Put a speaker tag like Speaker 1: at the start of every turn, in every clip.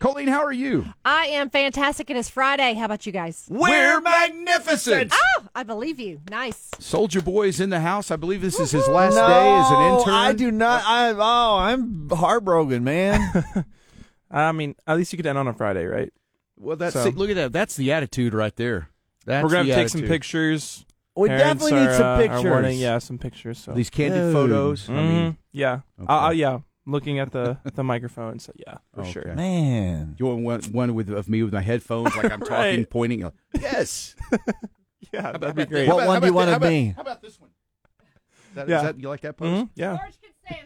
Speaker 1: Colleen, how are you?
Speaker 2: I am fantastic, and it's Friday. How about you guys?
Speaker 1: We're magnificent.
Speaker 2: Oh, I believe you. Nice.
Speaker 1: Soldier Boy is in the house. I believe this is his last day as an intern.
Speaker 3: I do not. I oh, I'm heartbroken, man.
Speaker 4: I mean, at least you could end on a Friday, right?
Speaker 1: Well, that's
Speaker 3: So-
Speaker 1: see, look at that. That's the attitude right there. That's
Speaker 4: We're gonna
Speaker 1: the
Speaker 4: take some
Speaker 1: attitude.
Speaker 4: pictures.
Speaker 3: we
Speaker 4: Parents
Speaker 3: definitely
Speaker 4: are,
Speaker 3: need some
Speaker 4: uh, are
Speaker 3: pictures.
Speaker 4: warning, yeah, some pictures. So.
Speaker 1: These candid
Speaker 3: Dude.
Speaker 1: photos. I mean,
Speaker 4: Mhm, yeah,
Speaker 1: Okay.
Speaker 4: uh, uh, yeah. Looking at the the microphone, so yeah, for
Speaker 1: Okay.
Speaker 4: sure.
Speaker 3: man.
Speaker 1: you want one, one with of me with my headphones, like I'm talking,
Speaker 4: Right.
Speaker 1: pointing. like, yes.
Speaker 4: Yeah,
Speaker 1: How
Speaker 4: that'd
Speaker 1: about
Speaker 4: be
Speaker 1: that?
Speaker 4: great.
Speaker 1: How
Speaker 3: What
Speaker 1: about-
Speaker 3: one
Speaker 1: how
Speaker 3: do you
Speaker 1: about
Speaker 3: want
Speaker 1: that?
Speaker 3: of
Speaker 1: How about-
Speaker 3: me?
Speaker 1: How about this one? Is that, is
Speaker 4: Yeah.
Speaker 1: that- you like that pose?
Speaker 4: Mhm, Yeah,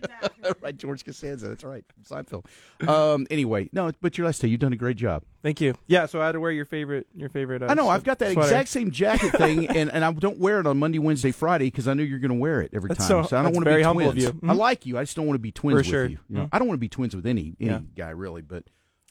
Speaker 1: right, George Costanza. That's right, Seinfeld. Um, anyway, no, but your last day, you've done a great job.
Speaker 4: thank you. Yeah, so I had to wear your favorite your favorite. Uh,
Speaker 1: I know. I've
Speaker 4: swe-
Speaker 1: got that
Speaker 4: sweater.
Speaker 1: exact same jacket thing, and, and I don't wear it on Monday, Wednesday, Friday because I know you're going to wear it every time.
Speaker 4: That's so-
Speaker 1: I don't want
Speaker 4: that's
Speaker 1: to be
Speaker 4: very
Speaker 1: twins.
Speaker 4: humble of you.
Speaker 1: I
Speaker 4: Mhm.
Speaker 1: like you. I just don't want to be twins
Speaker 4: For
Speaker 1: with
Speaker 4: sure.
Speaker 1: you. you know?
Speaker 4: Mhm.
Speaker 1: I don't want to be twins with any any
Speaker 4: Yeah.
Speaker 1: guy really. But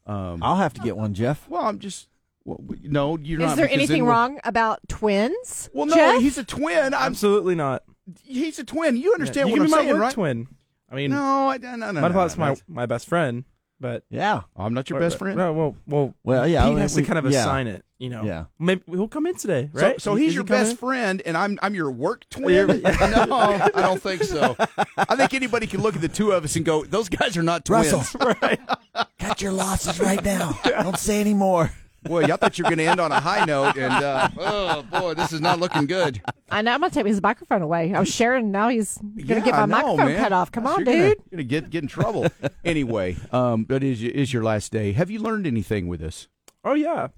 Speaker 1: um,
Speaker 3: I'll have to get one, Jeff.
Speaker 1: well, I'm just well, we- no. You're
Speaker 2: Is
Speaker 1: not,
Speaker 2: there
Speaker 1: because
Speaker 2: anything
Speaker 1: then we'll-
Speaker 2: wrong about twins?
Speaker 1: Well, no,
Speaker 2: Jeff?
Speaker 1: he's a twin. I'm
Speaker 4: Absolutely not.
Speaker 1: he's a twin. You understand
Speaker 4: you
Speaker 1: what
Speaker 4: can
Speaker 1: I'm
Speaker 4: be my
Speaker 1: saying,
Speaker 4: work
Speaker 1: right?
Speaker 4: twin. I mean,
Speaker 1: No, I, no, no, no.
Speaker 4: my
Speaker 1: no,
Speaker 4: plot's
Speaker 1: no,
Speaker 4: my
Speaker 1: that's-
Speaker 4: my best friend, but
Speaker 3: Yeah.
Speaker 1: I'm not your
Speaker 4: but-
Speaker 1: best friend.
Speaker 4: No, well, well,
Speaker 3: Well, yeah,
Speaker 4: Pete
Speaker 3: we-
Speaker 4: has
Speaker 3: we-
Speaker 4: to kind of
Speaker 3: yeah.
Speaker 4: assign it. You know,
Speaker 3: Yeah.
Speaker 4: Maybe he'll come in today,
Speaker 1: So-
Speaker 4: right?
Speaker 1: So,
Speaker 4: Is-
Speaker 1: he's
Speaker 4: is
Speaker 1: your
Speaker 4: he coming
Speaker 1: best
Speaker 4: in?
Speaker 1: friend, and I'm I'm your work twin. no, I don't think so. I think anybody can look at the two of us and go, "Those guys are not twins."
Speaker 3: Russell, cut your losses right now. Don't say any more.
Speaker 1: Boy, y'all thought you were going to end on a high note, and uh, oh boy, this is not looking good.
Speaker 2: I know. I'm gonna take his microphone away. I was sharing. Now he's gonna
Speaker 1: Yeah,
Speaker 2: get my
Speaker 1: I know,
Speaker 2: microphone
Speaker 1: man.
Speaker 2: cut off. Come
Speaker 1: Gosh,
Speaker 2: on,
Speaker 1: you're gonna-
Speaker 2: dude.
Speaker 1: You're going to get get in trouble anyway. Um, but is is your last day? Have you learned anything with this?
Speaker 4: Oh yeah,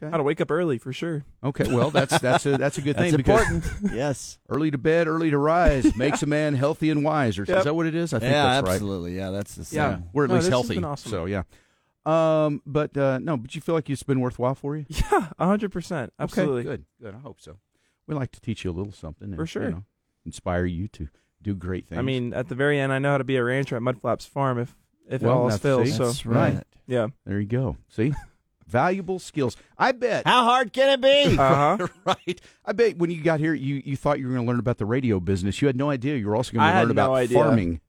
Speaker 4: how
Speaker 1: Okay.
Speaker 4: to wake up early for sure.
Speaker 1: Okay. Well, that's that's a that's a good
Speaker 3: That's
Speaker 1: thing because
Speaker 3: important. yes.
Speaker 1: early to bed, early to rise makes a man healthy and wise. Or is
Speaker 4: Yep.
Speaker 1: that what it is? I think
Speaker 3: yeah,
Speaker 1: that's right.
Speaker 3: absolutely. Yeah, that's the same.
Speaker 4: Yeah.
Speaker 1: We're at
Speaker 4: No,
Speaker 1: least
Speaker 4: this has
Speaker 1: healthy.
Speaker 4: been awesome.
Speaker 1: So yeah. Um, but uh, no, but you feel like it's been worthwhile for you?
Speaker 4: Yeah, hundred percent, absolutely.
Speaker 1: Okay, good. Good. I hope so. We like to teach you a little something and,
Speaker 4: For sure.
Speaker 1: You know, inspire you to do great things.
Speaker 4: I mean, at the very end, I know how to be a rancher at Mudflaps Farm if if
Speaker 1: Well,
Speaker 4: all else
Speaker 1: that's-
Speaker 4: fails.
Speaker 1: see?
Speaker 4: So
Speaker 3: That's right.
Speaker 1: Right.
Speaker 4: yeah,
Speaker 1: there you go. See, valuable skills. I bet.
Speaker 3: How hard can it be?
Speaker 4: uh huh.
Speaker 1: right. I bet when you got here, you you thought you were going to learn about the radio business. You had no idea you were also going
Speaker 4: I
Speaker 1: to
Speaker 4: had
Speaker 1: learn about
Speaker 4: no idea.
Speaker 1: farming.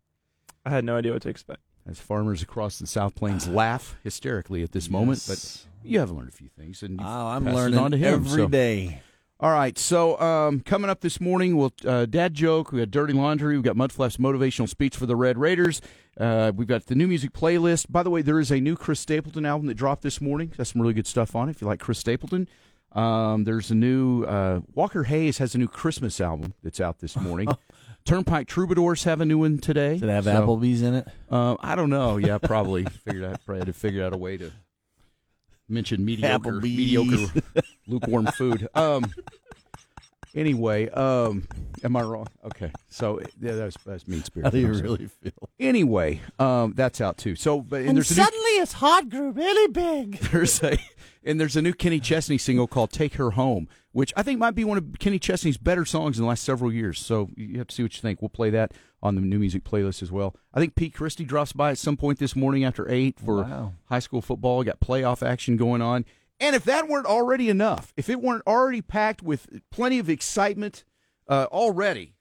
Speaker 4: I had no idea what to expect.
Speaker 1: As farmers across the South Plains laugh hysterically at this moment, but
Speaker 3: Yes.
Speaker 1: you have learned a few things, and you've
Speaker 3: Oh, I'm
Speaker 1: passed it
Speaker 3: learning
Speaker 1: on
Speaker 3: every
Speaker 1: to
Speaker 3: day.
Speaker 1: him, so. All right, so um, coming up this morning, we'll uh, dad joke. We got dirty laundry. We've got Mudflap's motivational speech for the Red Raiders. Uh, we've got the new music playlist. By the way, there is a new Chris Stapleton album that dropped this morning. Got some really good stuff on it. If you like Chris Stapleton, um, there's a new uh, Walker Hayes has a new Christmas album that's out this morning. Turnpike Troubadours have a new one today.
Speaker 3: Did it have
Speaker 1: So,
Speaker 3: Applebee's in it?
Speaker 1: Um, I don't know. Yeah, probably figured out. Probably had to figure out a way to mention mediocre,
Speaker 3: Applebee's.
Speaker 1: mediocre, lukewarm food. Um. Anyway, um, am I wrong? Okay, so yeah, that's that's mean
Speaker 3: How
Speaker 1: spirit.
Speaker 3: do you really feel?
Speaker 1: Anyway, um, that's out too. So, but and, there's a new,
Speaker 3: it's hot grew really big.
Speaker 1: there's a and there's a new Kenny Chesney single called "Take Her Home," which I think might be one of Kenny Chesney's better songs in the last several years. So you have to see what you think. We'll play that on the new music playlist as well. I think Pete Christie drops by at some point this morning after eight for
Speaker 3: Wow.
Speaker 1: high school football. Got playoff action going on, and if that weren't already enough, if it weren't already packed with plenty of excitement uh, already.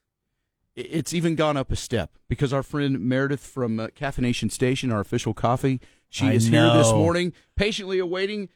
Speaker 1: i- It's even gone up a step because our friend Meredith from uh, Caffeination Station, our official coffee, she
Speaker 3: I
Speaker 1: is here this
Speaker 3: know.
Speaker 1: morning, patiently awaiting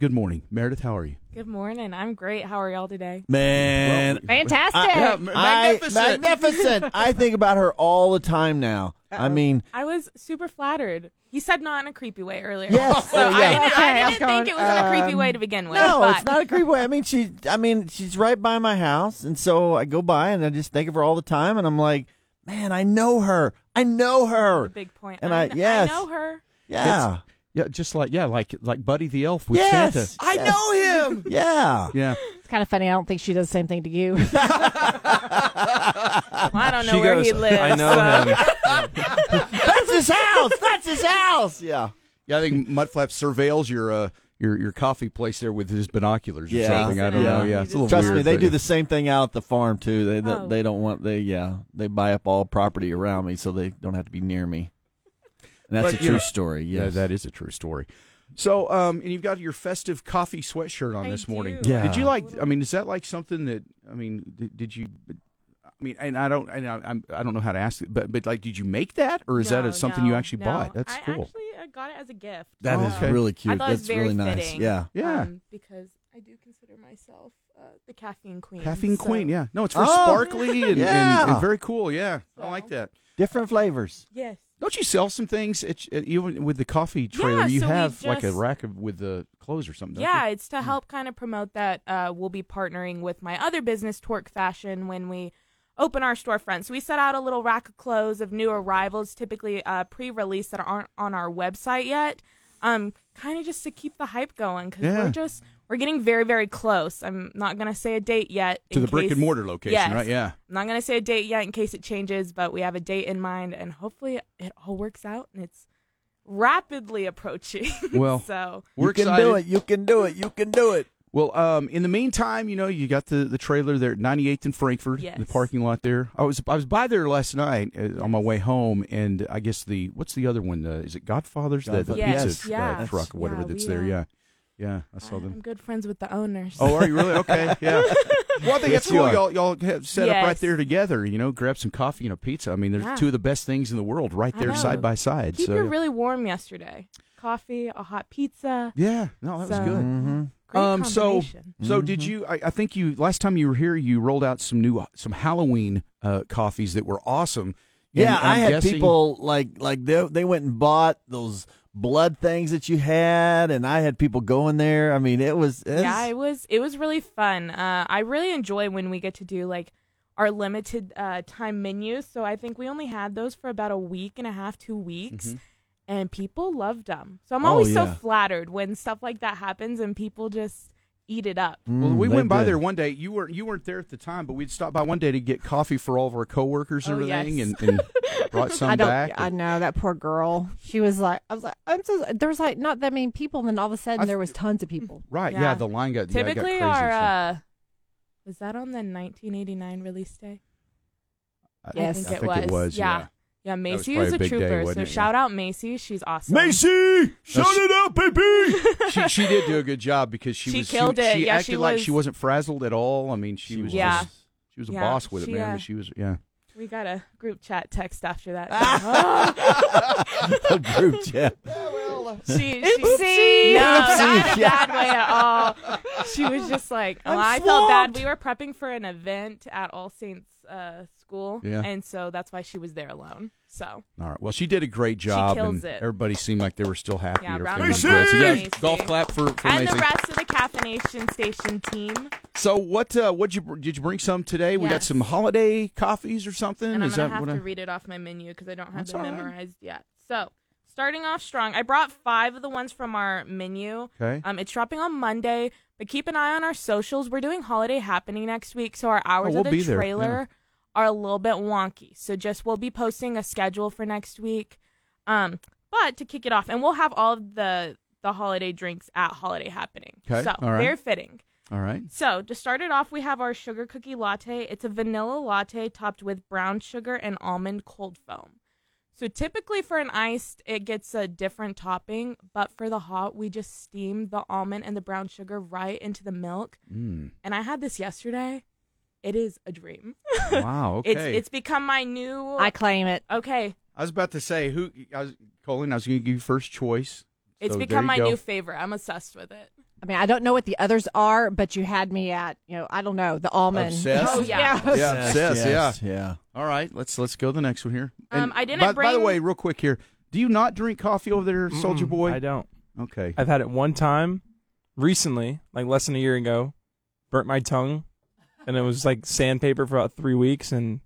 Speaker 1: Good morning, Meredith. How are you?
Speaker 5: Good morning. I'm great. How are y'all today?
Speaker 3: Man.
Speaker 2: Fantastic.
Speaker 3: I-
Speaker 1: Yeah, ma-
Speaker 3: I-
Speaker 1: magnificent.
Speaker 3: magnificent. I think about her all the time now. I mean,
Speaker 5: I was super flattered. You said not in a creepy way earlier.
Speaker 3: Yes,
Speaker 5: So
Speaker 3: uh, yeah.
Speaker 5: I didn't,
Speaker 2: Okay, I
Speaker 5: I
Speaker 2: was
Speaker 5: didn't
Speaker 2: going,
Speaker 5: think it was in a creepy
Speaker 2: um,
Speaker 5: way to begin with.
Speaker 3: no,
Speaker 5: but
Speaker 3: it's not a creepy way. I mean, she. I mean, she's right by my house, and so I go by and I just think of her all the time, and I'm like, man, I know her. I know
Speaker 5: a
Speaker 3: her.
Speaker 5: big point.
Speaker 3: And
Speaker 5: I,
Speaker 3: I-
Speaker 5: kn-
Speaker 3: yes.
Speaker 5: I know her.
Speaker 3: Yeah.
Speaker 1: Yeah, just like yeah, like like Buddy the Elf with
Speaker 3: yes.
Speaker 1: Santa.
Speaker 3: I know him. yeah.
Speaker 1: Yeah,
Speaker 2: It's kind of funny. I don't think she does the same thing to you.
Speaker 1: Ah,
Speaker 5: Well, I don't know
Speaker 4: She
Speaker 5: where
Speaker 4: goes,
Speaker 5: he lives.
Speaker 4: I know him.
Speaker 3: That's his house. That's his house. Yeah.
Speaker 1: Yeah, I think Mudflap surveils your uh, your your coffee place there with his binoculars or
Speaker 3: Yeah.
Speaker 1: something. I don't
Speaker 3: Yeah.
Speaker 1: know. Yeah, it's a little
Speaker 3: Trust
Speaker 1: weird,
Speaker 3: me, they
Speaker 1: but-
Speaker 3: do the same thing out at the farm too. They they,
Speaker 5: Oh.
Speaker 3: they don't want they yeah they buy up all property around me so they don't have to be near me. And that's
Speaker 1: But,
Speaker 3: a
Speaker 1: you
Speaker 3: true
Speaker 1: know,
Speaker 3: story.
Speaker 1: Yeah,
Speaker 3: Yes.
Speaker 1: that is a true story. So, um, and you've got your festive coffee sweatshirt on
Speaker 5: I
Speaker 1: this morning.
Speaker 5: do.
Speaker 3: Yeah.
Speaker 1: Did you like? I mean, is that like something that? I mean, did, did you? I mean, and I don't, and I, I'm, I don't know how to ask it, but but like, did you make that, or is that
Speaker 5: No,
Speaker 1: a, something
Speaker 5: no,
Speaker 1: you actually
Speaker 5: no.
Speaker 1: bought? That's
Speaker 5: I
Speaker 1: cool.
Speaker 5: actually uh, got it as a gift.
Speaker 3: That
Speaker 1: Oh,
Speaker 3: is
Speaker 1: okay.
Speaker 3: really
Speaker 5: I
Speaker 3: cute.
Speaker 5: thought it was
Speaker 3: That's
Speaker 5: very
Speaker 3: really nice.
Speaker 5: fitting.
Speaker 3: Yeah.
Speaker 1: yeah,
Speaker 5: um, because I do consider myself uh, the caffeine queen.
Speaker 1: caffeine
Speaker 5: so-
Speaker 1: queen. Yeah, no, it's very
Speaker 3: Oh,
Speaker 1: sparkly and, and, and
Speaker 3: yeah.
Speaker 1: very cool. Yeah, I
Speaker 5: So-
Speaker 1: like that.
Speaker 3: Different flavors.
Speaker 5: Yes.
Speaker 1: Don't you sell some things at, at, even with the coffee trailer?
Speaker 5: Yeah,
Speaker 1: you
Speaker 5: so we
Speaker 1: have like a
Speaker 5: just-
Speaker 1: rack of with the clothes or something. don't
Speaker 5: Yeah,
Speaker 1: you?
Speaker 5: it's to help kind of promote that uh, we'll be partnering with my other business, Torque Fashion, when we open our storefront. So we set out a little rack of clothes of new arrivals, typically uh, pre-release that aren't on our website yet. Um, kind of just to keep the hype going because
Speaker 1: Yeah.
Speaker 5: we're just we're getting very very close. I'm not gonna say a date yet.
Speaker 1: to
Speaker 5: in
Speaker 1: the brick
Speaker 5: case-
Speaker 1: and mortar location,
Speaker 5: Yes.
Speaker 1: right? Yeah.
Speaker 5: I'm not gonna say a date yet in case it changes, but we have a date in mind, and hopefully it all works out and it's rapidly approaching.
Speaker 1: Well,
Speaker 5: so
Speaker 1: We're
Speaker 3: you can
Speaker 1: excited.
Speaker 3: do it. You can do it. You can do it.
Speaker 1: Well, um, in the meantime, you know, you got the, the trailer there at 98th and Frankfurt,
Speaker 5: Yes.
Speaker 1: the parking lot there. I was I was by there last night uh, on my way home, and I guess the what's the other one? Uh, is it Godfather's? The- The,
Speaker 5: Godfather's.
Speaker 1: pizza
Speaker 5: Yes,
Speaker 1: tr- uh,
Speaker 5: yeah.
Speaker 1: truck, or whatever
Speaker 5: Yeah,
Speaker 1: that's
Speaker 5: we,
Speaker 1: there.
Speaker 5: uh,
Speaker 1: Yeah, yeah, I saw
Speaker 5: I'm
Speaker 1: them.
Speaker 5: good friends with the owners.
Speaker 1: Oh, are you really okay? Yeah. Well, I think
Speaker 3: Yes,
Speaker 1: that's
Speaker 3: you
Speaker 1: cool.
Speaker 3: are.
Speaker 1: Y'all, y'all have set up right
Speaker 5: Yes.
Speaker 1: there together. You know, grab some coffee and a pizza. I mean, they're
Speaker 5: Yeah.
Speaker 1: two of the best things in the world, right
Speaker 5: I
Speaker 1: there,
Speaker 5: know.
Speaker 1: side by side.
Speaker 5: Keep
Speaker 1: so,
Speaker 5: her really warm yesterday. Coffee, a hot pizza.
Speaker 1: yeah, no, that was
Speaker 5: So-
Speaker 1: good.
Speaker 3: Mm-hmm.
Speaker 5: Great
Speaker 1: Um, so-
Speaker 5: combination.
Speaker 1: So did you? I, I think you last time you were here, you rolled out some new some Halloween uh, coffees that were awesome. And
Speaker 3: Yeah,
Speaker 1: I'm
Speaker 3: I had
Speaker 1: guessing-
Speaker 3: people like like they they went and bought those blood things that you had, and I had people going there. I mean, it was it's,
Speaker 5: yeah, it was it was really fun. Uh, I really enjoy when we get to do like our limited uh, time menus. So I think we only had those for about a week and a half, two weeks.
Speaker 1: Mm-hmm.
Speaker 5: And people loved them. So I'm
Speaker 3: Oh,
Speaker 5: always
Speaker 3: yeah.
Speaker 5: so flattered when stuff like that happens and people just eat it up.
Speaker 1: Well,
Speaker 3: Mm,
Speaker 1: we
Speaker 3: they
Speaker 1: went by
Speaker 3: did.
Speaker 1: there one day. You weren't you weren't there at the time, but we'd stopped by one day to get coffee for all of our coworkers and
Speaker 5: Oh,
Speaker 1: everything,
Speaker 5: yes.
Speaker 1: and, and brought some
Speaker 2: I don't.
Speaker 1: back.
Speaker 2: I know that poor girl. She was like, I was like, I'm so. There was like not that many people, and then all of a sudden
Speaker 1: I-
Speaker 2: there was tons of people.
Speaker 1: right? Yeah.
Speaker 5: Yeah.
Speaker 1: the line got yeah, it
Speaker 5: Typically,
Speaker 1: got crazy,
Speaker 5: our
Speaker 1: so-
Speaker 5: uh, was that on the 1989 release day?
Speaker 1: I,
Speaker 2: Yes.
Speaker 1: I think it was. Yeah.
Speaker 5: Yeah, Macy
Speaker 1: probably
Speaker 5: is
Speaker 1: a
Speaker 5: a
Speaker 1: big day,
Speaker 5: trooper.
Speaker 1: wasn't
Speaker 5: so
Speaker 1: it? Yeah.
Speaker 5: shout out Macy. She's awesome.
Speaker 3: Macy, shut
Speaker 1: she-
Speaker 3: it up, baby.
Speaker 1: she, she did do a good job because she,
Speaker 5: She
Speaker 1: was
Speaker 5: killed
Speaker 1: she,
Speaker 5: it.
Speaker 1: She
Speaker 5: Yeah,
Speaker 1: acted
Speaker 5: she
Speaker 1: like
Speaker 5: was-
Speaker 1: she wasn't frazzled at all. I mean, she, was
Speaker 5: Yeah.
Speaker 1: just, she was a
Speaker 5: Yeah,
Speaker 1: boss with it,
Speaker 5: she,
Speaker 1: man.
Speaker 5: uh,
Speaker 1: but she was yeah.
Speaker 5: We got a group chat text after that.
Speaker 3: A group chat.
Speaker 5: she, she,
Speaker 2: Oopsie.
Speaker 5: No, not
Speaker 3: Oopsie.
Speaker 5: in a bad way at all. She was just like, oh,
Speaker 3: I'm
Speaker 5: I felt bad.
Speaker 3: swamped.
Speaker 5: We were prepping for an event at All Saints uh, School,
Speaker 1: Yeah.
Speaker 5: and so that's why she was there alone. So
Speaker 1: All right. Well, she did a great job,
Speaker 5: kills
Speaker 1: and
Speaker 5: it.
Speaker 1: everybody seemed like they were still happy.
Speaker 5: Yeah,
Speaker 1: or
Speaker 5: round
Speaker 1: feeling
Speaker 5: of
Speaker 1: good. So, yeah,
Speaker 5: applause.
Speaker 1: golf clap for, for
Speaker 5: and
Speaker 1: Maisie.
Speaker 5: the rest of the caffeination station team.
Speaker 1: So, what uh, what you br- did you bring some today? We got
Speaker 5: Yes.
Speaker 1: some holiday coffees or something.
Speaker 5: and I'm
Speaker 1: Is
Speaker 5: gonna
Speaker 1: that
Speaker 5: have
Speaker 1: what
Speaker 5: to
Speaker 1: I?
Speaker 5: read it off my menu because I don't have
Speaker 1: That's
Speaker 5: them
Speaker 1: all right.
Speaker 5: memorized yet. So starting off strong, I brought five of the ones from our menu.
Speaker 1: Okay.
Speaker 5: Um, it's dropping on Monday, but keep an eye on our socials. We're doing holiday happening next week, so our hours
Speaker 1: Oh, we'll
Speaker 5: of
Speaker 1: be
Speaker 5: the
Speaker 1: there,
Speaker 5: trailer are a little bit wonky. So just we'll be posting a schedule for next week. Um, but to kick it off, and we'll have all of the the holiday drinks at holiday happening.
Speaker 1: Okay,
Speaker 5: So
Speaker 1: all right.
Speaker 5: very fitting.
Speaker 1: All right.
Speaker 5: So, to start it off, we have our sugar cookie latte. It's a vanilla latte topped with brown sugar and almond cold foam. So, typically for an iced, it gets a different topping, but for the hot, we just steam the almond and the brown sugar right into the milk.
Speaker 1: Mm.
Speaker 5: And I had this yesterday. It is a dream.
Speaker 1: Wow. Okay.
Speaker 5: It's it's become my new
Speaker 2: I claim it.
Speaker 5: Okay,
Speaker 1: I was about to say who I was Colin. I was going to give you first choice.
Speaker 5: it's
Speaker 1: So there
Speaker 5: become
Speaker 1: you
Speaker 5: my
Speaker 1: go.
Speaker 5: new favorite. I'm obsessed with it.
Speaker 2: I mean, I don't know what the others are, but you had me at you know I don't know the almond.
Speaker 1: Obsessed?
Speaker 5: Oh, yeah.
Speaker 1: Yeah, obsessed, yeah.
Speaker 3: yeah.
Speaker 1: All right. Let's let's go to the next one here.
Speaker 5: Um,
Speaker 1: And
Speaker 5: I didn't
Speaker 1: By, by the
Speaker 5: bring-
Speaker 1: way, real quick here. Do you not drink coffee over there, Soldier
Speaker 4: Mm-mm,
Speaker 1: Boy?
Speaker 4: Mm, I don't.
Speaker 1: okay.
Speaker 4: I've had it one time recently, like less than a year ago. Burnt my tongue, and it was like sandpaper for about three weeks, and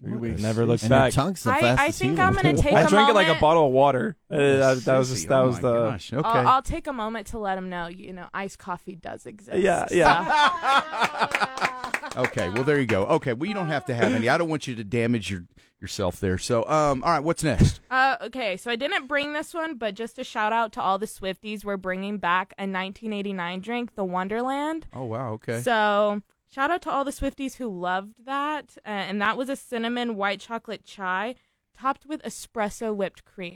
Speaker 3: Three weeks.
Speaker 4: never looked
Speaker 3: And your
Speaker 4: back.
Speaker 3: tongue's the
Speaker 5: I-
Speaker 3: fastest
Speaker 5: I think
Speaker 3: healer.
Speaker 5: I'm gonna take
Speaker 4: I
Speaker 5: a
Speaker 4: drank it like a
Speaker 5: moment.
Speaker 4: bottle of water. Uh, that, that was
Speaker 1: Sissy,
Speaker 4: that
Speaker 1: oh
Speaker 4: was
Speaker 1: my
Speaker 4: the
Speaker 1: gosh, Okay.
Speaker 5: I'll, I'll take a moment to let them know, you know, iced coffee does exist.
Speaker 4: yeah yeah.
Speaker 1: Okay, well there you go. Okay, well you don't have to have any. I don't want you to damage your yourself there. So, um, all right, what's next?
Speaker 5: Uh, okay, so I didn't bring this one, but just a shout out to all the Swifties. We're bringing back a 1989 drink, the Wonderland.
Speaker 1: Oh wow, okay.
Speaker 5: So shout out to all the Swifties who loved that, uh, and that was a cinnamon white chocolate chai topped with espresso whipped cream.